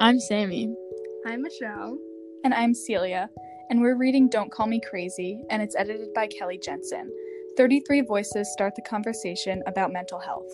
I'm Sammy. Hi, Michelle. And I'm Celia, and we're reading Don't Call Me Crazy, and it's edited by Kelly Jensen. 33 voices start the conversation about mental health.